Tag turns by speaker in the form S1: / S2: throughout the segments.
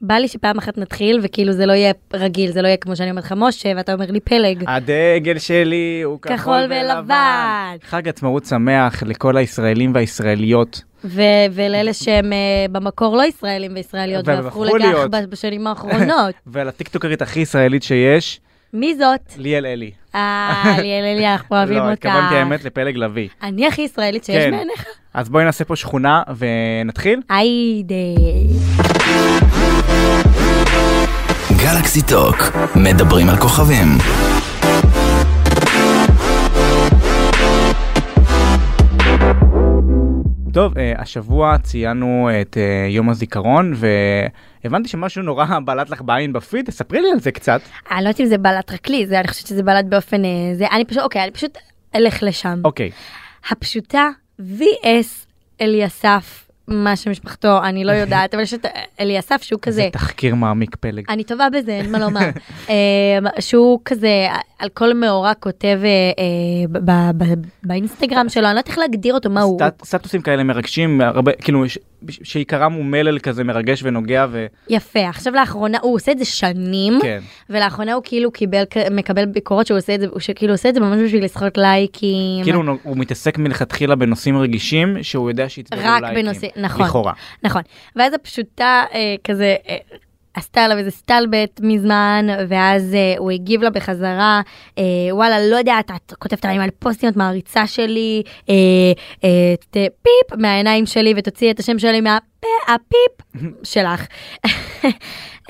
S1: בא לי שפעם אחת נתחיל, וכאילו זה לא יהיה רגיל, זה לא יהיה כמו שאני אומרת לך משה, ואתה אומר לי פלג.
S2: הדגל שלי הוא כחול,
S1: כחול
S2: ולבן.
S1: ולבן.
S2: חג עצמאות שמח לכל הישראלים והישראליות.
S1: ו- ולאלה שהם אה, במקור לא ישראלים וישראליות,
S2: והם
S1: והפכו
S2: הפכו
S1: לגח
S2: להיות.
S1: ב- בשנים האחרונות.
S2: ולטיקטוקרית הכי ישראלית שיש,
S1: מי זאת?
S2: ליאל אלי.
S1: אה, ליאל אליה, אנחנו אוהבים
S2: לא,
S1: אותך.
S2: התכוונתי האמת לפלג לביא.
S1: אני הכי ישראלית שיש
S2: כן.
S1: בעיניך.
S2: אז בואי נעשה פה שכונה ונתחיל.
S1: היידה.
S3: גלקסי טוק, מדברים על כוכבים.
S2: טוב, אה, השבוע ציינו את אה, יום הזיכרון, והבנתי שמשהו נורא בלט לך בעין בפיד, תספרי לי על זה קצת.
S1: אני לא יודעת אם זה בלט רק לי, זה- אני חושבת שזה בלט באופן... אה, זה, אני פשוט, אוקיי, אני פשוט אלך לשם.
S2: אוקיי,
S1: הפשוטה, VS אליסף, מה שמשפחתו, אני לא יודעת, אבל יש את אליסף שהוא כזה...
S2: זה תחקיר מעמיק פלג.
S1: אני טובה בזה, אין מה לומר. אה, שהוא כזה, על כל מאורע כותב אה, אה, ב- ב- ב- באינסטגרם שלו, אני לא יודעת איך להגדיר אותו, מה הוא...
S2: סטט- סטטוסים כאלה מרגשים, הרבה, כאילו, ש- ש- שעיקרם הוא מלל כזה מרגש ונוגע, וכן.
S1: יפה, עכשיו לאחרונה, הוא עושה את זה שנים,
S2: כן.
S1: ולאחרונה הוא כאילו קיבל, מקבל ביקורות שהוא עושה את זה, הוא שכאילו עושה את זה ממש בשביל לסחוט לייקים.
S2: כאילו הוא- הוא מתעסק מלכתחילה בנושאים רגישים, שהוא יודע שיצברו
S1: רק
S2: לייקים.
S1: בנושא- נכון.
S2: לכאורה.
S1: נכון. ואז הפשוטה אה, כזה אה, עשתה עליו איזה סטלבט מזמן, ואז אה, הוא הגיב לה בחזרה, אה, וואלה, לא יודעת, את כותבת עליי על פוסטים, את מעריצה שלי, אה, אה, ת, פיפ מהעיניים שלי ותוציאי את השם שלי מהפה, הפיפ שלך.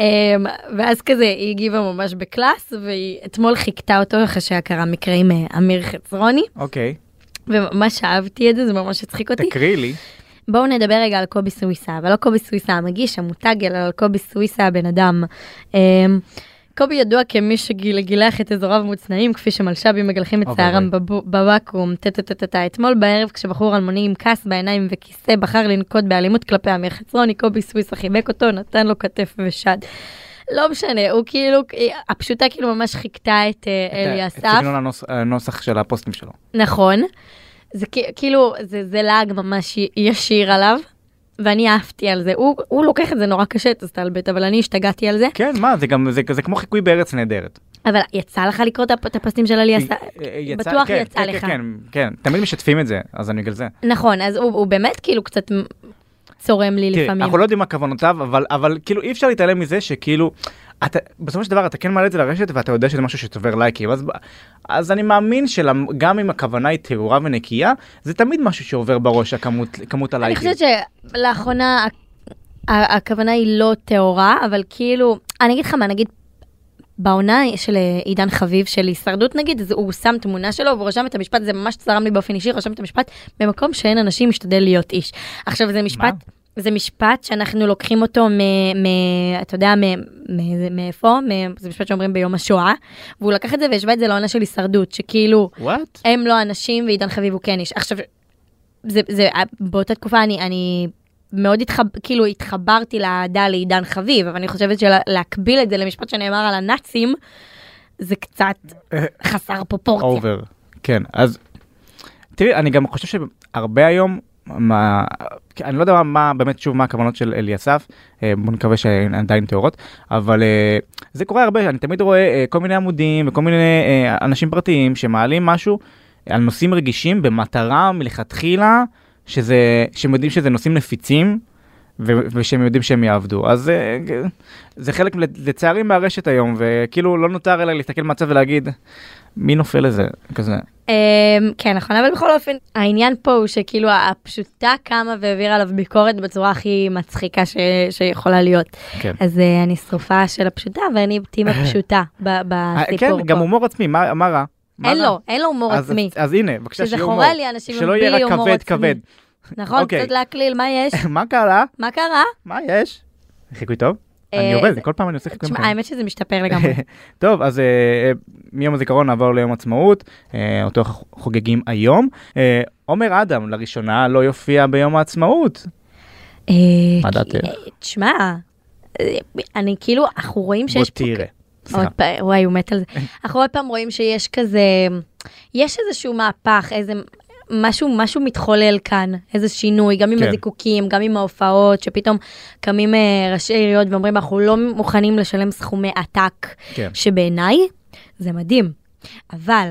S1: אמ, ואז כזה היא הגיבה ממש בקלאס והיא אתמול חיכתה אותו אחרי שהיה קרה מקרה עם אה, אמיר חצרוני
S2: אוקיי,
S1: וממש אהבתי את זה זה ממש הצחיק אותי.
S2: תקריא לי.
S1: בואו נדבר רגע על קובי סוויסה, אבל לא קובי סוויסה המגיש, המותג, אלא על קובי סוויסה הבן אדם. אמ, קובי ידוע כמי שגילח את אזוריו מוצנעים, כפי שמלש"בים מגלחים את
S2: אוי
S1: שערם בבו- בוואקום, טה-טה-טה-טה. אתמול בערב, כשבחור אלמוני עם כעס בעיניים וכיסא בחר לנקוט באלימות כלפי אמיר חצרוני, קובי סוויסה חיבק אותו, נתן לו כתף ושד. לא משנה, הוא כאילו, הפשוטה כאילו ממש חיכתה את אה, אלי
S2: את
S1: אסף.
S2: סגנון הנוס- הנוסח של הפוסטים שלו.
S1: נכון. זה כ- כאילו, זה, זה לעג ממש י- ישיר עליו, ואני אהבתי על זה. הוא, הוא לוקח את זה נורא קשה, את הסטלבט, אבל אני השתגעתי על זה.
S2: כן, מה, זה גם, זה- זה כמו חיקוי בארץ נהדרת.
S1: אבל יצא לך לקרוא את הפ- את הפוסטים של אליאסה?
S2: יצא-
S1: בטוח
S2: כן,
S1: יצא
S2: כן,
S1: לך.
S2: כן, כן, תמיד משתפים את זה, אז אני בגלל זה.
S1: נכון, אז הוא, הוא באמת כאילו קצת מ- צורם לי
S2: תראי,
S1: לפעמים.
S2: אנחנו לא יודעים מה כוונותיו, אבל, אבל כאילו אי אפשר להתעלם מזה שכאילו, אתה, בסופו של דבר אתה כן מעלה את זה לרשת ואתה יודע שזה משהו שצובר לייקים, אז, ב- אז אני מאמין שגם אם הכוונה היא טהורה ונקייה, זה תמיד משהו שעובר בראש, הכמות, כמות
S1: אני
S2: הלייקים.
S1: חושבת שלאחרונה ה- ה- הכוונה היא לא טהורה, אבל כאילו, אני אגיד לך מה, נגיד... בעונה של אה, עידן חביב של הישרדות נגיד, אז הוא שם תמונה שלו והוא רשם את המשפט, זה ממש צרם לי באופן אישי, רשם את המשפט, במקום שאין אנשים משתדל להיות איש. עכשיו זה משפט, זה משפט שאנחנו לוקחים אותו מ... מ אתה יודע, מ, מ, מאיפה? מ, זה משפט שאומרים ביום השואה, והוא לקח את זה והשווה את זה לעונה של הישרדות, שכאילו,
S2: וואט?
S1: הם לא אנשים ועידן חביב הוא כן איש. עכשיו, זה, זה, באותה תקופה אני, אני מאוד התחב, כאילו התחברתי לאהדה לעידן חביב, אבל אני חושבת שלהקביל את זה למשפט שנאמר על הנאצים, זה קצת חסר פרופורציה.
S2: אובר. כן, אז תראי, אני גם חושב שהרבה היום, מה, אני לא יודע מה באמת שוב מה הכוונות של אליסף, אה, בוא נקווה שהן עדיין טהורות, אבל אה, זה קורה הרבה, אני תמיד רואה אה, כל מיני עמודים וכל מיני אה, אנשים פרטיים שמעלים משהו על נושאים רגישים במטרה מלכתחילה, שזה, שהם יודעים שזה נושאים נפיצים. ו- ושהם יודעים שהם יעבדו אז אה, זה חלק לצערי מהרשת היום וכאילו לא נותר אלא להסתכל מהצד ולהגיד מי נופל לזה כזה
S1: אמ, כן, נכון, אבל בכל אופן, העניין פה הוא שכאילו הפשוטה קמה והעבירה עליו ביקורת בצורה הכי מצחיקה ש, שיכולה להיות.
S2: כן.
S1: אז אה, אני שרופה של הפשוטה ואני טים הפשוטה ב-
S2: אה,
S1: בסיפור
S2: כן
S1: פה.
S2: גם הומור עצמי מה מה רע? מה
S1: אין
S2: רע?
S1: לו, אין לו הומור
S2: אז-
S1: עצמי.
S2: אז הנה
S1: שזה
S2: בבקשה שיהיה הומור.
S1: חורה לי, אנשים
S2: שלא
S1: עם
S2: יהיה
S1: בלי
S2: רק
S1: הומור
S2: כבד
S1: עצמי.
S2: כבד.
S1: נכון?
S2: אוקיי.
S1: קצת להקליל, מה יש?
S2: מה קרה?
S1: מה קרה?
S2: מה יש? חיקוי טוב?
S1: אה,
S2: אני עובד
S1: זה-
S2: כל פעם אני עושה חיקויים.
S1: תשמע,
S2: כאלה.
S1: האמת לא שזה משתפר לגמרי.
S2: טוב אז אה, אה, מיום הזיכרון נעבור ליום עצמאות אה, אותו אנחנו חוגגים היום. אה, עומר אדם לראשונה לא יופיע ביום העצמאות.
S1: אה,
S2: מה
S1: כי-
S2: דעתך?
S1: אה, תשמע, אה, אני כאילו, אנחנו רואים
S2: בוא
S1: שיש פה...
S2: תראה.
S1: עוד
S2: סליחה.
S1: פעם, וואי, הוא מת על זה. אנחנו עוד פעם רואים שיש כזה, יש איזשהו מהפך, איזה משהו, משהו מתחולל כאן, איזה שינוי, גם עם
S2: כן.
S1: הזיקוקים, גם עם ההופעות, שפתאום קמים אה, ראשי עיריות ואומרים, אנחנו לא מוכנים לשלם סכומי עתק,
S2: כן.
S1: שבעיניי זה מדהים. אבל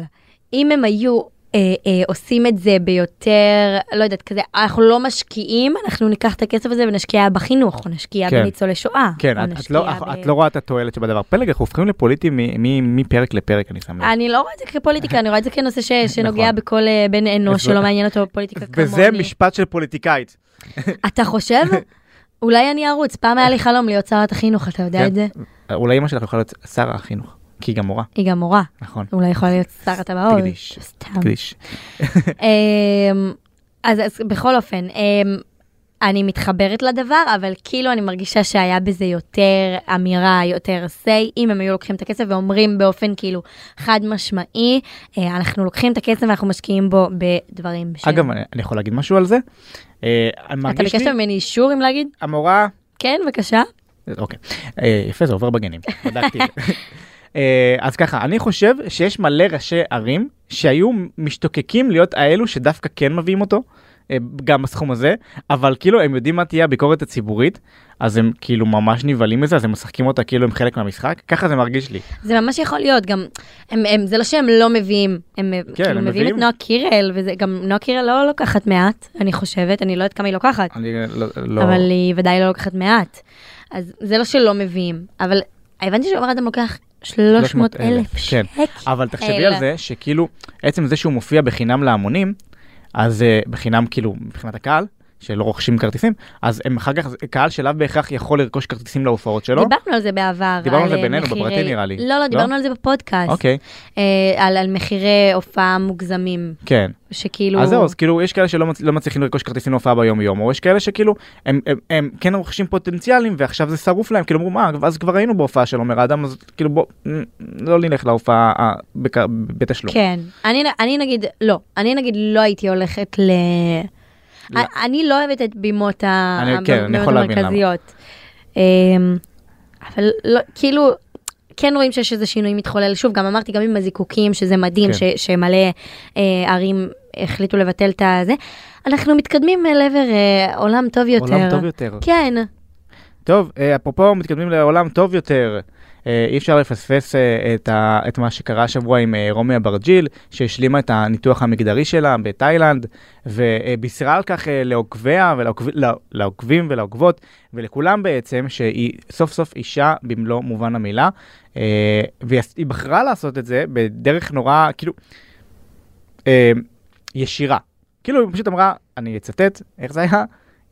S1: אם הם היו אה, אה, עושים את זה ביותר, לא יודעת, כזה, אנחנו לא משקיעים, אנחנו ניקח את הכסף הזה ונשקיע בחינוך, או נשקיע
S2: כן.
S1: בניצולי שואה.
S2: כן,
S1: או
S2: את, את,
S1: נשקיע
S2: לא, את לא רואה את התועלת שבדבר. פלג, אנחנו הופכים לפוליטיים מ- מ- מפרק לפרק, אני שם לב.
S1: אני לא רואה את זה כפוליטיקה, אני רואה את זה כנושא ש- שנוגע
S2: נכון.
S1: בכל אה, בן אנוש
S2: וזה-
S1: שלא מעניין אותו פוליטיקה כמוני.
S2: וזה משפט של פוליטיקאית.
S1: אתה חושב? אולי אני ארוץ, פעם היה לי חלום להיות שרת החינוך, אתה יודע
S2: כן.
S1: את זה?
S2: אולי אמא שלך יכולה להיות שר החינוך, כי היא גם מורה,
S1: היא גם מורה,
S2: נכון.
S1: אולי יכולה להיות שר הטבעות.
S2: תקדיש,
S1: סתם.
S2: תקדיש.
S1: אמ, אז, אז בכל אופן, אמ, אני מתחברת לדבר, אבל כאילו אני מרגישה שהיה בזה יותר אמירה, יותר say, אם הם היו לוקחים את הכסף ואומרים באופן כאילו חד משמעי, אה, אנחנו לוקחים את הכסף ואנחנו משקיעים בו בדברים. ש-
S2: אגב, אני אני יכול להגיד משהו על זה? אה, אני
S1: אתה
S2: מרגיש
S1: ביקשת
S2: לי,
S1: ממני אישור אם להגיד?
S2: המורה,
S1: כן, בבקשה.
S2: אוקיי, אה, יפה, זה עובר בגנים, בדקתי את זה. אה, אז ככה, אני חושב שיש מלא ראשי ערים שהיו משתוקקים להיות האלו שדווקא כן מביאים אותו, אה, גם בסכום הזה, אבל כאילו הם יודעים מה תהיה הביקורת הציבורית, אז הם כאילו ממש נבהלים מזה, אז הם משחקים אותה כאילו הם חלק מהמשחק, ככה זה מרגיש לי.
S1: זה ממש יכול להיות, גם, הם, הם, זה לא שהם לא מביאים, הם כן, כאילו
S2: הם
S1: מביאים,
S2: מביאים.
S1: את נועה קירל, וזה גם נועה קירל לא לוקחת מעט, אני חושבת, אני לא יודעת כמה היא לוקחת,
S2: אני לא-
S1: לא.
S2: לא...
S1: אבל היא ודאי לא לוקחת מעט. אז זה לא שלא מביאים, אבל הבנתי שאומר אדם לוקח 300 לא אלף
S2: כן.
S1: שקל.
S2: אבל תחשבי על זה שכאילו עצם זה שהוא מופיע בחינם להמונים אז uh, בחינם כאילו מבחינת הקהל שלא רוכשים כרטיסים אז הם אחר כך זה קהל שלאו בהכרח יכול לרכוש כרטיסים להופעות שלו.
S1: דיברנו על זה בעבר.
S2: לא? דיברנו על זה
S1: אה,
S2: בינינו,
S1: מחירי-
S2: בפרטי נראה לי.
S1: לא, לא,
S2: לא?
S1: דיברנו על זה בפודקאסט.
S2: אוקיי
S1: אה, על, על מחירי הופעה מוגזמים,
S2: כן
S1: שכאילו...
S2: אז זהו אז כאילו יש כאלה שלא מצ... לא מצליחים לרכוש כרטיסים להופעה ביום יום או יש כאלה שכאילו הם, הם, הם כן רוכשים פוטנציאלים ועכשיו זה שרוף להם כאילו אמרו מה אז כבר היינו בהופעה של עומר אדם אז כאילו בוא נ- לא נלך להופעה אה, בק... בתשלום.
S1: כן. אני, אני נגיד, לא. אני נגיד לא הייתי הולכת ל...
S2: לא.
S1: א- אני לא אוהבת את בימות ה-
S2: אני-
S1: הבמות
S2: כן, אני יכול להבין למה.
S1: המרכזיות. אמ, אבל לא, כאילו, כן רואים שיש איזה שינוי מתחולל. שוב, גם אמרתי, גם עם הזיקוקים, שזה מדהים,
S2: כן.
S1: ש, שמלא אה, ערים החליטו לבטל את הזה. אנחנו מתקדמים אל עבר אה, עולם טוב יותר.
S2: עולם טוב יותר.
S1: כן,
S2: טוב, אה, אפרופו מתקדמים לעולם טוב יותר, אה, אי אפשר לפספס אה, את, ה, את מה שקרה השבוע עם אה, רומי אברג'יל, שהשלימה את הניתוח המגדרי שלה בתאילנד, ובישרה על כך אה, לעוקביה ולעוקב- לא- לעוקבים ולעוקבות, ולכולם בעצם, שהיא סוף סוף אישה במלוא מובן המילה, אה, והיא עש- היא בחרה לעשות את זה בדרך נורא, כאילו, אה, ישירה. כאילו, היא פשוט אמרה, אני אצטט, איך זה היה?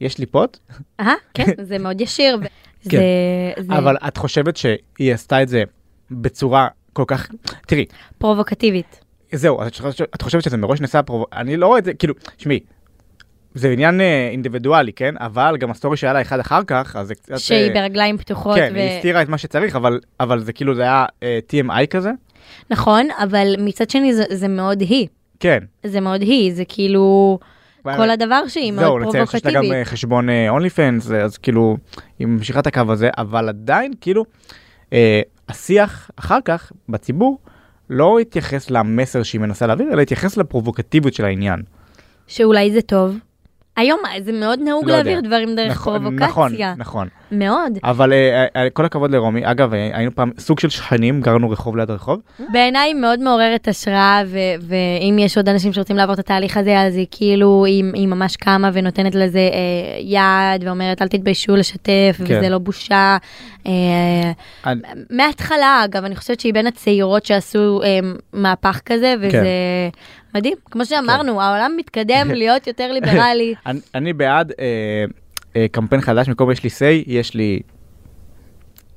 S2: יש לי פוט,
S1: אה, כן, זה מאוד ישיר. ו-
S2: כן.
S1: זה, זה
S2: אבל את חושבת שהיא עשתה את זה בצורה כל כך... תראי,
S1: פרובוקטיבית.
S2: זהו, את חושבת- את חושבת שזה מראש נעשה פרוב... אני לא רואה את זה, כאילו, שמעי, זה עניין אה, אינדיבידואלי, כן? אבל גם הסטורי שהיה לה אחד אחר כך, אז זה קצת... אה,
S1: שהיא ברגליים פתוחות.
S2: כן, היא הסתירה את מה שצריך, אבל, אבל זה כאילו, זה היה אה, TMI כזה?
S1: נכון, אבל מצד שני זה, זה מאוד היא.
S2: כן. אה,
S1: זה מאוד היא, זה כאילו כל הדבר שהיא מאוד
S2: זהו, נציין שיש לה
S1: פרובוקטיבית.
S2: גם אה, חשבון אונלי פנס, אז כאילו, היא ממשיכה את הקו הזה, אבל עדיין, כאילו, אה, השיח אחר כך, בציבור, לא התייחס למסר שהיא מנסה להעביר, אלא התייחס לפרובוקטיביות של העניין.
S1: שאולי זה טוב. היום אה, זה מאוד נהוג
S2: לא יודע.
S1: להעביר דברים דרך פרובוקציה.
S2: נכון, נכון.
S1: מאוד.
S2: אבל אה, אה, כל הכבוד לרומי, אגב, אה, היינו פעם סוג של שכנים, גרנו רחוב ליד רחוב.
S1: בעיניי היא מאוד מעוררת השראה, ו- ואם יש עוד אנשים שרוצים לעבור את התהליך הזה, אז היא כאילו, היא, היא ממש קמה ונותנת לזה אה, יד, ואומרת, אל תתביישו לשתף,
S2: כן.
S1: וזה לא בושה. אה,
S2: אני-
S1: מההתחלה, אגב, אני חושבת שהיא בין הצעירות שעשו אה, מהפך כזה,
S2: כן.
S1: וזה מדהים. כמו שאמרנו, העולם מתקדם להיות יותר ליברלי.
S2: אני- אני בעד אה, אה, קמפיין חדש, במקום יש לי say, יש לי...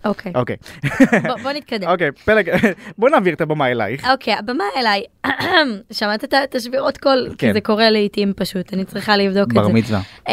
S1: אוקיי,
S2: אוקיי,
S1: בוא- בוא נתקדם.
S2: אוקיי, פלג, בוא נעביר את הבמה אלייך.
S1: אוקיי, הבמה אליי. שמעת את ה- את השבירות קול? כי
S2: כן.
S1: זה קורה לעיתים פשוט, אני צריכה לבדוק את
S2: בר
S1: זה.
S2: מצווה.
S1: אמ,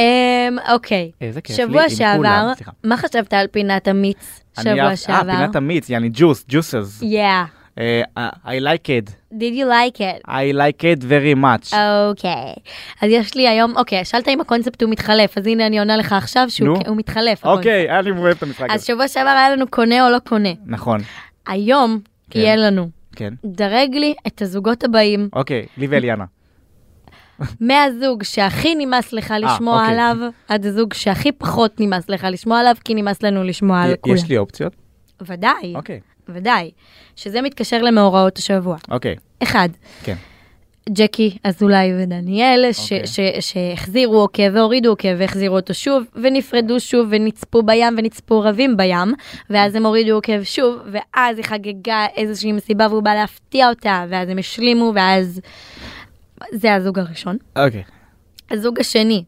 S1: אוקיי,
S2: איזה כיף לי
S1: שבוע
S2: עם
S1: שעבר,
S2: כולם, סליחה.
S1: מה חשבת על פינת המיץ
S2: אני
S1: שבוע
S2: אהב- אה,
S1: שעבר?
S2: פינת המיץ, יעני ג'וס, ג'וסס.
S1: Yeah,
S2: אה, I like it,
S1: did you like it?
S2: I like it very much.
S1: אוקיי, אז יש לי היום, אוקיי, שאלת אם הקונספט הוא מתחלף, אז הנה אני עונה לך עכשיו שהוא
S2: נו.
S1: הוא מתחלף. הקונספט.
S2: אוקיי, אני אוהב את המשחק
S1: נכון. אז
S2: הזה.
S1: שבוע שעבר היה לנו קונה או לא קונה.
S2: נכון,
S1: היום
S2: כן.
S1: יהיה לנו,
S2: כן.
S1: דרג לי את הזוגות הבאים, אה,
S2: אוקיי, לי ואליאנה.
S1: מהזוג שהכי נמאס לך לשמוע
S2: אוקיי.
S1: עליו, עד הזוג שהכי פחות נמאס לך לשמוע עליו, כי נמאס לנו לשמוע על כולם.
S2: יש לי אופציות?
S1: אה. ודאי,
S2: אוקיי,
S1: ודאי. שזה מתקשר למאורעות השבוע.
S2: אוקיי,
S1: אחד,
S2: כן.
S1: ג'קי אזולאי ודניאל, ש-
S2: אוקיי.
S1: ש- שהחזירו עוקב והורידו עוקב והחזירו אותו שוב, ונפרדו שוב ונצפו בים ונצפו רבים בים, ואז הם הורידו עוקב שוב, ואז היא חגגה איזושהי מסיבה והוא בא להפתיע אותה, ואז הם השלימו, ואז... זה הזוג הראשון.
S2: אוקיי.
S1: הזוג השני,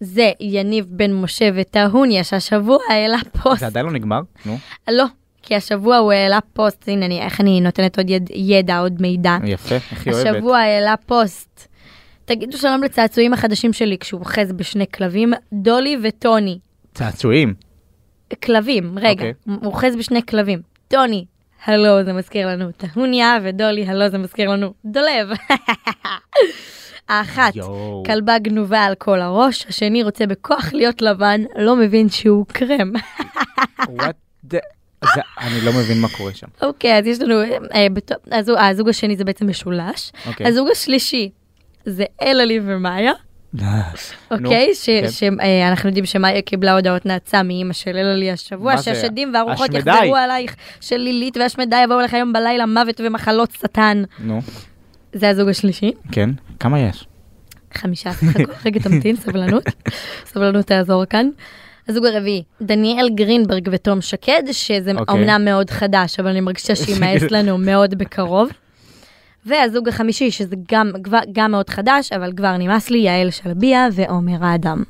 S1: זה יניב בן משה וטהוניה, שהשבוע העלה פוסט.
S2: זה עדיין לא נגמר? נו,
S1: לא, כי השבוע הוא העלה פוסט, הנה אני, איך אני נותנת עוד יד, ידע, עוד מידע.
S2: יפה, הכי אוהבת.
S1: אה. השבוע העלה פוסט. תגידו שלום לצעצועים החדשים שלי כשהוא אוחז בשני כלבים, דולי וטוני.
S2: צעצועים.
S1: כלבים, רגע,
S2: אוקיי.
S1: הוא אוחז בשני כלבים. טוני, הלו, זה מזכיר לנו טהוניה, ודולי, הלו, זה מזכיר לנו דולב. האחת,
S2: יואו.
S1: כלבה גנובה על כל הראש, השני רוצה בכוח להיות לבן, לא מבין שהוא קרם.
S2: What the... זה- אני לא מבין מה קורה שם.
S1: אוקיי, אז יש לנו, אה, בתו- הזוג- הזוג השני זה בעצם משולש.
S2: אוקיי.
S1: הזוג השלישי זה אלעלי ומאיה.
S2: אה. נו,
S1: אוקיי, ש-
S2: כן.
S1: ש- אה, אנחנו יודעים שמאיה קיבלה הודעות נאצה מאימא של אלעלי השבוע,
S2: מה זה?
S1: שהשדים והרוחות
S2: השמדי.
S1: יחזרו עלייך, שלילית והשמדה יבואו לך היום בלילה מוות ומחלות שטן.
S2: נו,
S1: זה הזוג השלישי,
S2: כן, כמה יש?
S1: אה, חמישה סך הכל, רגע תמתין, סבלנות, סבלנות תעזור כאן. הזוג הרביעי, דניאל גרינברג ותום שקד, שזה
S2: אוקיי.
S1: אומנם מאוד חדש, אבל אני מרגישה שימאס לנו מאוד בקרוב. והזוג החמישי, שזה גם, כבר- גם מאוד חדש, אבל כבר נמאס לי, יעל שלביה ועומר האדם.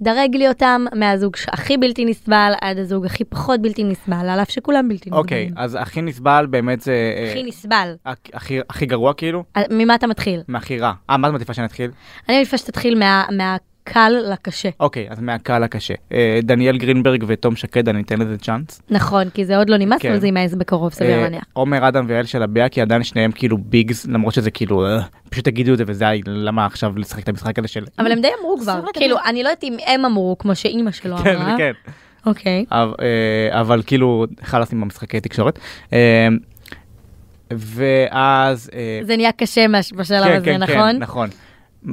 S1: דרג לי אותם מהזוג הכי בלתי נסבל עד הזוג הכי פחות בלתי נסבל, על אף שכולם בלתי נסבלים.
S2: אוקיי, אז הכי נסבל באמת זה... אה,
S1: הכי נסבל.
S2: הכ- הכי- הכי גרוע כאילו?
S1: אה, ממה אתה מתחיל?
S2: מהכי רע. אה, מה את מעדיפה שנתחיל?
S1: אני מעדיפה שתתחיל מה, מהקל לקשה.
S2: אוקיי, אז מהקהל הקשה. אה, דניאל גרינברג ותום שקד, אני אתן לזה צ'אנס.
S1: נכון, כי זה עוד לא נמאס,
S2: כן.
S1: אבל זה יימאס בקרוב, סביר
S2: אה,
S1: להניח.
S2: עומר אדם ויעל שלביה, כי עדיין שניהם כאילו ביגס, למרות שזה כאילו, אה, פשוט תגידו את זה וזה, ה- למה עכשיו לשחק את המשחק הזה של...
S1: אבל הם די אמרו כבר, כאילו, אני לא יודעת אם הם אמרו, כמו שאימא שלו
S2: כן,
S1: אמרה.
S2: כן.
S1: אוקיי.
S2: אבל, אה, אבל כאילו, חלאס עם המשחקי תקשורת. אה, ואז... אה,
S1: זה נהיה קשה מש- בשלב הזה,
S2: כן,
S1: נכון?
S2: נכון.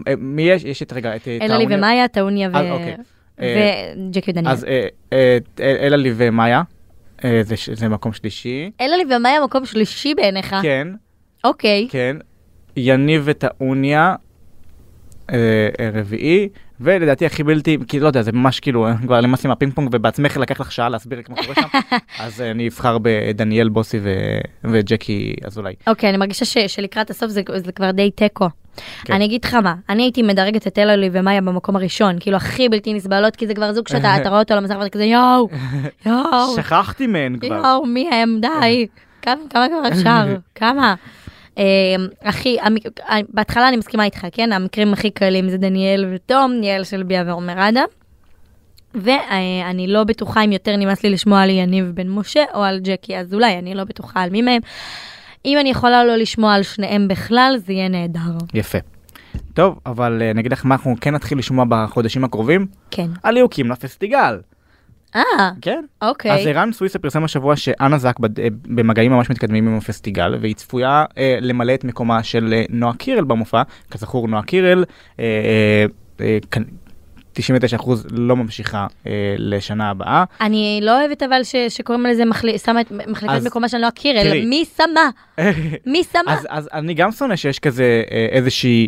S2: אה, מי יש? יש את רגע, את... אה,
S1: אלעלי
S2: טאוניה.
S1: ומאיה, טעוניה ו...
S2: אה, אוקיי. אה,
S1: וג'קי דניאל.
S2: אז אה, אה, אל- אלעלי ומאיה, אה, זה ש- זה מקום שלישי.
S1: אלעלי ומאיה מקום שלישי בעיניך.
S2: כן,
S1: אוקיי.
S2: כן. יניב וטעוניה, אה, אה, רביעי, ולדעתי הכי בלתי, כי לא יודע, זה ממש כאילו, אה, כבר למס עם הפינג פונג, ובעצמך לקח לך שעה להסביר מה קורה שם, אז אה, אני אבחר בדניאל בוסי ו- וג'קי אזולאי.
S1: אוקיי, אני מרגישה ש- שלקראת הסוף זה זה כבר די תיקו.
S2: כן.
S1: אני אגיד לך מה, אני הייתי מדרגת את אלעלי ומאיה במקום הראשון, כאילו הכי בלתי נסבלות, כי זה כבר זוג שאתה אתה רואה אותו על המסך ואתה כזה יואו, יואו,
S2: שכחתי מהן כבר. כן.
S1: יואו, מי הם? די. כמה כמה כבר אפשר? כמה? אמ, הכי, המק- אה, בהתחלה אני מסכימה איתך, כן? המקרים הכי קלים זה דניאל ותום, ניאל שלביה ועומר אדם. ואני לא בטוחה אם יותר נמאס לי לשמוע על יניב בן משה או על ג'קי אזולאי, אני לא בטוחה על מי מהם. אם אני יכולה לא לשמוע על שניהם בכלל, זה יהיה נהדר.
S2: יפה. טוב, אבל אה, אני אגיד לך מה אנחנו כן נתחיל לשמוע בחודשים הקרובים,
S1: כן.
S2: על יוקים לפסטיגל.
S1: אה,
S2: כן. אז
S1: אוקיי.
S2: ערן סוויסה פרסם השבוע שאנה זק בד- אה, במגעים ממש מתקדמים עם הפסטיגל והיא צפויה אה, למלא את מקומה של אה, נועה קירל במופע. כזכור נועה קירל אה, אה, אה, כנ- 99% לא ממשיכה אה, לשנה הבאה.
S1: אני לא אוהבת אבל ש- שקוראים לזה מחלי- שמה את מחלקת
S2: אז-
S1: מקומה של נועה קירל,
S2: תראי.
S1: מי שמה? מי שמה?
S2: אז, אז אני גם שונא שיש כזה אה, איזושהי,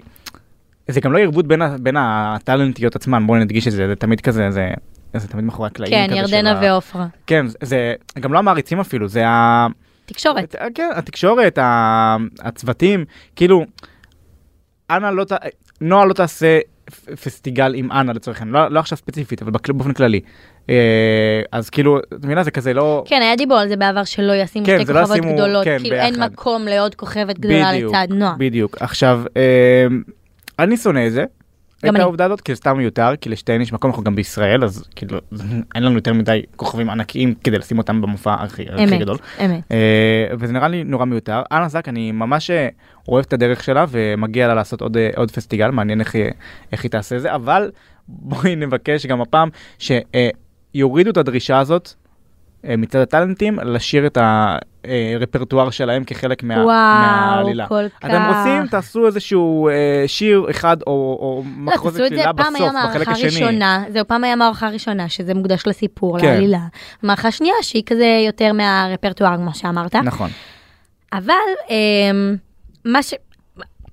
S2: זה גם לא ערבות בין, ה- בין הטאלנטיות עצמן, בואו נדגיש את זה, זה תמיד כזה, זה, זה תמיד מאחורי הקלעים.
S1: כן,
S2: כזה
S1: ירדנה
S2: של ה-
S1: ועופרה.
S2: כן, זה- זה גם לא המעריצים אפילו, זה ה...
S1: תקשורת.
S2: את- כן, התקשורת, ה- הצוותים, כאילו, אנה לא ת... נועה לא תעשה פ- פסטיגל עם אנה לצורך העניין, לא, לא עכשיו ספציפית, אבל בכל- באופן כללי. אה, אז כאילו, את מבינה, זה כזה לא...
S1: כן, היה דיבור על זה בעבר שלא ישימו
S2: כן,
S1: שתי
S2: זה לא
S1: כוכבות
S2: ישימו-
S1: גדולות,
S2: כן,
S1: כאילו אין
S2: ביחד.
S1: מקום לעוד כוכבת גדולה
S2: בדיוק,
S1: לצד נועה.
S2: בדיוק. עכשיו, אה, אני שונא את זה.
S1: גם
S2: את
S1: אני.
S2: העובדה הזאת, כי זה סתם מיותר, כי לשתיהן יש מקום, אנחנו גם בישראל, אז כאילו, אין לנו יותר מדי כוכבים ענקיים כדי לשים אותם במופע הכי, הכי
S1: אמת,
S2: גדול.
S1: אמת.
S2: אה, וזה נראה לי נורא מיותר. אנה זק, אני ממש אה, אוהב את הדרך שלה ומגיע לה לעשות עוד, אה, עוד פסטיגל, מעניין איך, היא- איך היא תעשה זה, אבל בואי נבקש גם הפעם שיורידו את הדרישה הזאת אה, מצד הטאלנטים אה, לשיר את, ה, אה, רפרטואר שלהם כחלק מה,
S1: וואו,
S2: מהעלילה.
S1: כל
S2: אתם
S1: כך.
S2: רוצים, תעשו איזשהו אה, שיר אחד או, או
S1: לא,
S2: מחרוזת
S1: תעשו את זה,
S2: צלילה
S1: פעם
S2: אה, בסוף,
S1: היה
S2: בחלק
S1: מערכה
S2: השני.
S1: ראשונה, זהו, פעם היה מערכה ראשונה, שזה מוקדש לסיפור,
S2: כן.
S1: לעלילה. מערכה שנייה, שהיא כזה יותר מהרפרטואר, כמו שאמרת.
S2: נכון.
S1: אבל אמ, מה ש...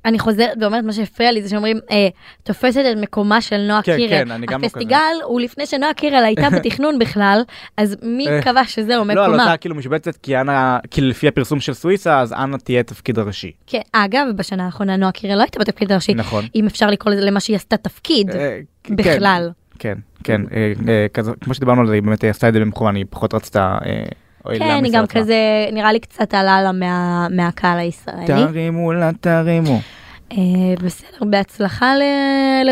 S1: אני חוזרת ואומרת, מה שהפריע לי זה שאומרים, אה, תופסת את מקומה של נועה
S2: כן,
S1: קירל.
S2: כן, אני גם לא
S1: הפסטיגל הוא לפני שנועה קירל הייתה בתכנון בכלל, אז מי
S2: אה,
S1: קבע שזהו
S2: לא, על
S1: מקומה?
S2: אותה כאילו משבצת, כי אנה, כי לפי הפרסום של סוויסה, אז אנה תהיה התפקיד הראשי.
S1: כן, אגב, בשנה האחרונה נועה קירל לא הייתה בתפקיד הראשי,
S2: נכון.
S1: אם אפשר לקרוא לזה למה שהיא עשתה תפקיד,
S2: אה, כן.
S1: בכלל.
S2: כן, כן, אה, אה, כזה- כמו שדיברנו על זה, היא באמת עשתה את זה במכוון, היא פחות רצתה... אה,
S1: כן,
S2: להעמיס
S1: היא
S2: על
S1: גם
S2: עצמה.
S1: כזה, נראה לי קצת עלה לה מה- מהקהל הישראלי.
S2: תרימו לה, תרימו.
S1: אה, בסדר, בהצלחה ל...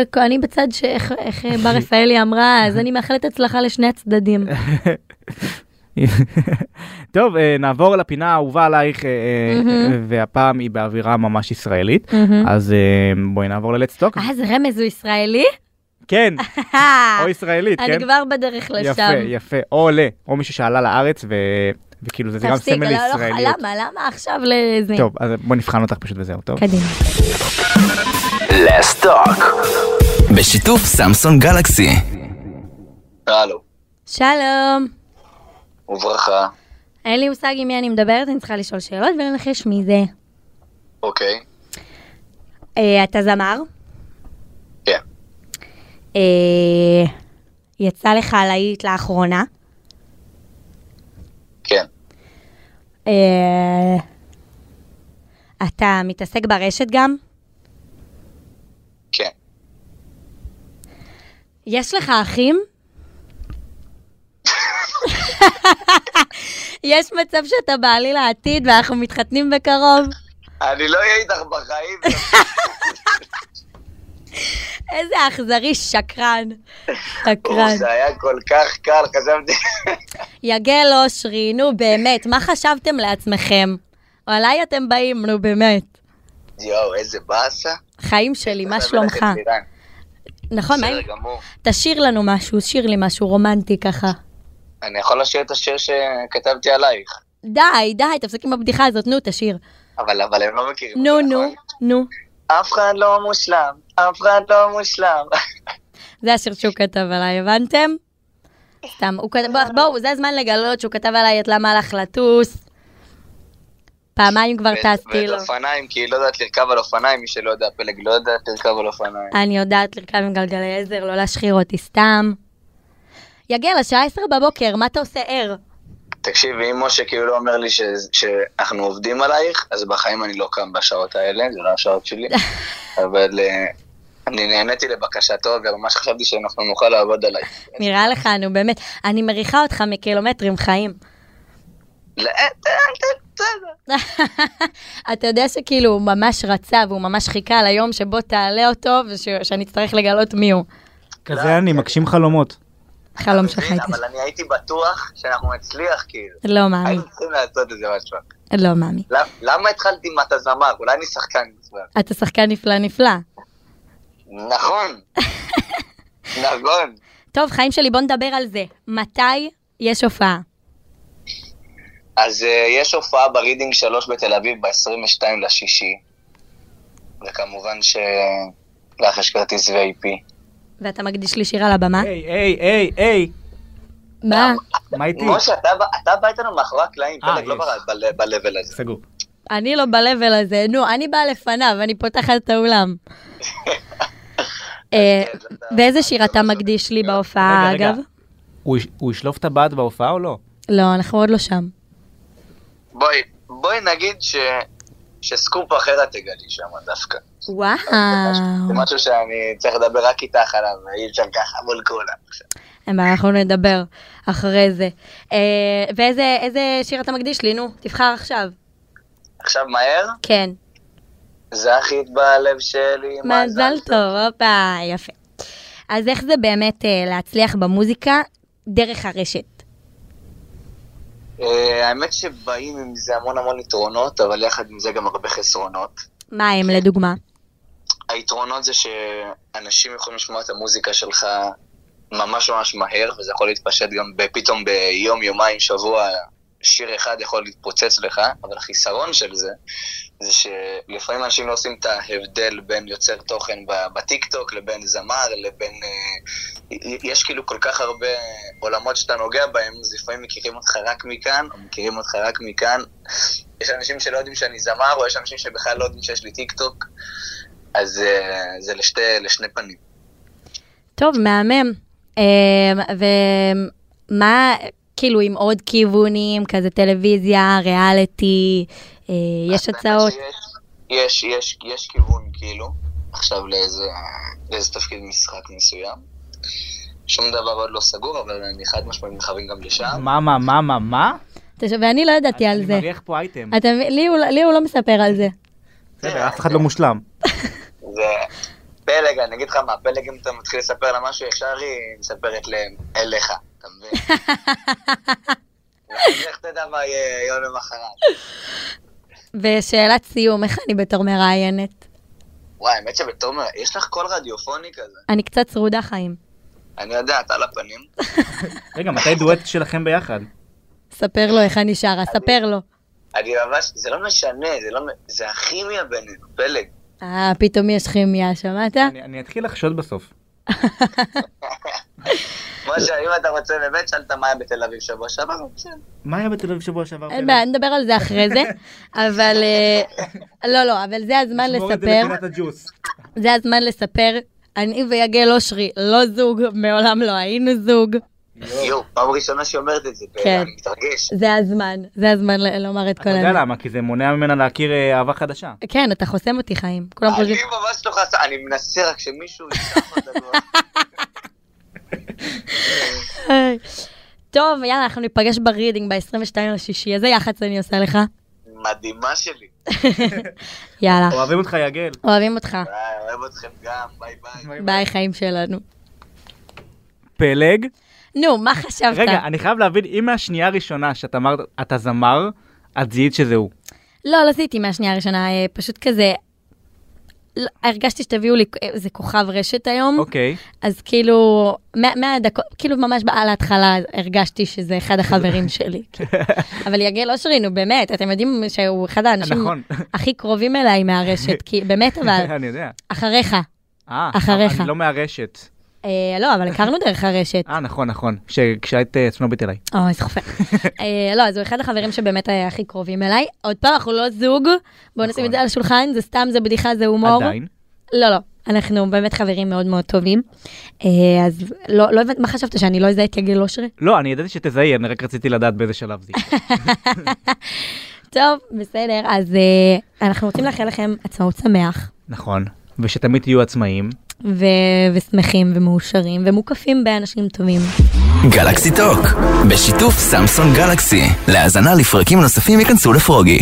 S1: לכ- אני בצד שאיך איך, אה, בר רפאלי אמרה, אז אני מאחלת הצלחה לשני הצדדים.
S2: טוב, אה, נעבור לפינה האהובה עלייך, אה, אה,
S1: מהמם.
S2: והפעם היא באווירה ממש ישראלית.
S1: מהמם.
S2: אז אה, בואי נעבור ללטס טוק.
S1: אה, זה רמז, הוא ישראלי?
S2: כן, או ישראלית,
S1: אני
S2: כן?
S1: כבר בדרך לשם.
S2: יפה, יפה. או ל, או מישהו שעלה לארץ, ו- וכאילו זה גם
S1: תפסיק,
S2: סמל
S1: לא, לא,
S2: לישראליות.
S1: למה, למה עכשיו לזה?
S2: טוב, אז בוא נבחן אותך פשוט וזהו, טוב?
S1: קדימה.
S3: לסט טוק. בשיתוף סמסון גלקסי.
S4: הלו,
S1: שלום.
S4: וברכה.
S1: אין לי מושג עם מי אני מדברת, אני צריכה לשאול שאלות ולנחש מי זה.
S4: אוקיי,
S1: אה, אתה זמר?
S4: כן.
S1: אה, יצא לך להיט לאחרונה?
S4: כן,
S1: אה, אתה מתעסק ברשת גם?
S4: כן,
S1: יש לך אחים? יש מצב שאתה בעלי לעתיד ואנחנו מתחתנים בקרוב?
S4: אני לא אהיה איתך בחיים.
S1: איזה אכזרי שקרן. שקרן.
S4: אוף, זה היה כל כך קל, חשבתי...
S1: יגל אושרי, נו באמת, מה חשבתם לעצמכם? עליי אתם באים, נו באמת.
S4: יואו, איזה באסה.
S1: חיים שלי, מה
S4: צריך
S1: שלומך?
S4: ללכת לירן.
S1: נכון, מה אם...
S4: בסדר גמור.
S1: תשאיר לנו משהו, שיר לי משהו רומנטי ככה.
S4: אני יכול לשיר את השיר שכתבתי עלייך,
S1: די, די, תפסיק עם הבדיחה הזאת, נו, תשאיר.
S4: אבל אבל הם לא מכירים.
S1: נו,
S4: אותי,
S1: נו,
S4: נכון?
S1: נו.
S4: אף אחד לא מושלם, אף אחד לא מושלם.
S1: זה השיר שהוא כתב עליי, הבנתם? סתם, הוא כתב, בוא- בואו, זה הזמן לגלות שהוא כתב עליי את למה הלך לטוס. פעמיים כבר
S4: ואת-
S1: טסתי לו.
S4: ואת אופניים, כי היא לא יודעת לרכב על אופניים, מי שלא יודע, פלג לא יודעת לרכב על אופניים.
S1: אני יודעת לרכב עם גלגלי עזר, לא להשחיר אותי סתם. יגל, השעה 10 בבוקר, מה אתה עושה ער?
S4: תקשיבי, אם משה כאילו לא אומר לי ש- שאנחנו עובדים עלייך, אז בחיים אני לא קם בשעות האלה, זה לא השעות שלי. אבל אה, אני נהניתי לבקשתו, וממש חשבתי שאנחנו נוכל לעבוד עלייך.
S1: נראה לך, נו באמת, אני מריחה אותך מקילומטרים חיים.
S4: לא, אה, אה, אה, בסדר.
S1: אתה יודע שכאילו הוא ממש רצה והוא ממש חיכה ליום שבו תעלה אותו ושאני אצטרך לגלות מי הוא.
S2: כזה אני מגשים חלומות.
S1: חלום
S4: אתה
S1: שלך
S4: מבין?
S1: הייתי.
S4: אבל אני הייתי בטוח שאנחנו נצליח, כאילו.
S1: לא מאמין,
S4: היינו צריכים לעשות את זה משהו.
S1: לא מאמין.
S4: למ- למה התחלתי עם אתה זמר? אולי אני שחקן בכלל.
S1: אתה שחקן נפלא נפלא.
S4: נכון. נכון.
S1: טוב, חיים שלי, בוא נדבר על זה. מתי יש הופעה?
S4: אז uh, יש הופעה ברידינג 3 בתל אביב ב-22 לשישי, וכמובן שלך יש כרטיס VIP.
S1: ואתה מקדיש לי שיר על הבמה?
S2: היי, היי, היי, היי,
S1: מה?
S2: מה איתי?
S4: משה, אתה, בא- אתה בא איתנו מאחורי הקלעים,
S2: אה,
S4: פלג לא
S2: יש.
S4: ברד ב- ב-level הזה.
S2: סגור.
S1: אני לא ב-level הזה. נו, אני באה לפניו, אני פותחת את האולם. אה, ואיזה שיר אתה מקדיש לי בהופעה,
S2: רגע, רגע.
S1: אגב?
S2: הוא יש- הוא ישלוף את הבד בהופעה או לא?
S1: לא, אנחנו עוד לא שם.
S4: בואי, בואי נגיד ש... שסקופ אחר את תגלי שם דווקא.
S1: אה.
S4: זה
S1: וואו.
S4: משהו שאני צריך לדבר רק איתך עליו, אי אפשר ככה מול כולם. עכשיו.
S1: אין בעיה, אנחנו נדבר אחרי זה. אה, ואיזה איזה שיר אתה מקדיש לי? נו, תבחר עכשיו.
S4: עכשיו מהר,
S1: כן.
S4: זכית בלב שלי,
S1: מזל טוב, הופה, יפה. אז איך זה באמת אה, להצליח במוזיקה דרך הרשת?
S4: אה, האמת שבאים עם זה המון המון יתרונות, אבל יחד עם זה גם הרבה חסרונות.
S1: מה הם לדוגמה?
S4: היתרונות זה שאנשים יכולים לשמוע את המוזיקה שלך ממש ממש מהר, וזה יכול להתפשט גם ב- פתאום ביום, יומיים, שבוע, שיר אחד יכול להתפוצץ לך, אבל החיסרון של זה, זה שלפעמים אנשים לא עושים את ההבדל בין יוצר תוכן ב- בטיקטוק לבין זמר, לבין... אה, יש כאילו כל כך הרבה עולמות שאתה נוגע בהם, אז לפעמים מכירים אותך רק מכאן, או מכירים אותך רק מכאן. יש אנשים שלא יודעים שאני זמר, או יש אנשים שבכלל לא יודעים שיש לי טיקטוק, אז אה, זה לשתי, לשני פנים.
S1: טוב, מהמם. אמ, ומה, כאילו, עם עוד כיוונים, כזה טלוויזיה, ריאליטי, אה, יש הצעות?
S4: יש, יש, יש כיוון, כאילו, עכשיו לאיזה, לאיזה תפקיד משחק מסוים. שום דבר עוד לא סגור, אבל אני חד משמעית מכוון גם לשם.
S2: מה, מה, מה, מה, מה?
S1: אתה שומע, ואני לא ידעתי על
S2: אני
S1: זה.
S2: מריח פה אייטם.
S1: אתה מבין? לי הוא- לי הוא לא מספר על זה.
S2: בסדר, אף אחד לא מושלם.
S4: זה פלג, אני אגיד לך מה, פלג אם אתה מתחיל לספר לה משהו ישר, היא מספרת להם, אליך, אתה מבין? איך תדע מה יהיה יום למחרת?
S1: ושאלת סיום, איך אני בתור מראיינת?
S4: וואי, האמת שבתומר, יש לך קול רדיופוני כזה.
S1: אני קצת צרודה חיים.
S4: אני יודע, את על הפנים.
S2: רגע, מתי דואט שלכם ביחד?
S1: אה? ספר לו איך אני שרה, ספר לו.
S4: אני ממש, זה לא משנה, זה לא, מ- זה הכימיה בינינו, פלג.
S1: אה, פתאום יש כימיה, שמעת?
S2: אני אני אתחיל לחשוד בסוף.
S4: משה, אם אתה רוצה באמת, שאלת מה היה בתל אביב שבוע שעבר, בסדר.
S2: מה היה בתל אביב שבוע שעבר?
S1: אין בעיה, אה, נדבר על זה אחרי זה, אבל... אה, לא, לא, אבל זה הזמן
S2: שמור את זה
S1: לספר.
S2: לפינת הג'וס.
S1: זה הזמן לספר. אני ויגל אושרי לא זוג, מעולם לא היינו זוג.
S4: יואו, פעם ראשונה שהיא אומרת את זה,
S1: כן.
S4: אני מתרגש.
S1: זה הזמן, זה הזמן ל- לומר את כל
S2: אתה יודע
S1: האמת.
S2: למה? כי זה מונע ממנה להכיר אה, אהבה חדשה.
S1: כן, אתה חוסם אותי חיים. כולם
S4: אני
S1: חושבים,
S4: ממש לא חסר, אני מנסה רק שמישהו ייקח אותנו.
S1: "היי". טוב, יאללה, אנחנו ניפגש ברידינג ב-22 לשישי. איזה יח"צ אני עושה לך?
S4: מדהימה שלי.
S1: יאללה,
S2: אוהבים אותך, יגל.
S1: אוהבים אותך.
S4: ביי, אה, אוהב אתכם גם, ביי ביי.
S1: ביי, חיים שלנו.
S2: פלג.
S1: נו, מה חשבת?
S2: רגע, אני חייב להבין, אם מהשנייה הראשונה שאת אמרת, אתה זמר, את זיהית שזה הוא.
S1: לא, לא זיהיתי מהשנייה הראשונה, אה, פשוט כזה... לא, הרגשתי שתביאו לי אה, איזה כוכב רשת היום,
S2: אוקיי.
S1: אז כאילו, מה- מהדקות, כאילו ממש על ההתחלה הרגשתי שזה אחד החברים שלי. כן. אבל יגל אושרי, נו באמת, אתם יודעים שהוא אחד האנשים
S2: נכון.
S1: הכי קרובים אליי מהרשת, כי באמת, אבל,
S2: אני יודע.
S1: אחריך.
S2: אה,
S1: אחריך.
S2: אני לא מהרשת.
S1: אה, לא, אבל הכרנו דרך הרשת.
S2: אה, נכון, נכון. ש- כשהיית אה, צנובית אליי.
S1: אוי, איזה חופר. אה, לא, אז הוא אחד החברים שבאמת היה הכי קרובים אליי. עוד פעם, אנחנו לא זוג, בואו נשים
S2: נכון.
S1: את זה על השולחן, זה סתם, זה בדיחה, זה הומור.
S2: עדיין.
S1: לא, לא, אנחנו באמת חברים מאוד מאוד טובים. אה, אז לא, לא הבנתי, מה חשבת, שאני לא אזהה את יגל אושרי?
S2: לא, אני ידעתי שתזהי, אני רק רציתי לדעת באיזה שלב זה.
S1: טוב, בסדר, אז אה, אנחנו רוצים לאחל לכם עצמאות שמח,
S2: נכון. ושתמיד תהיו עצמאיים.
S1: ו- ושמחים ומאושרים, ומוקפים באנשים טובים.
S3: גלקסי טוק, בשיתוף סמסון גלקסי. להאזנה לפרקים נוספים ייכנסו לפרוגי.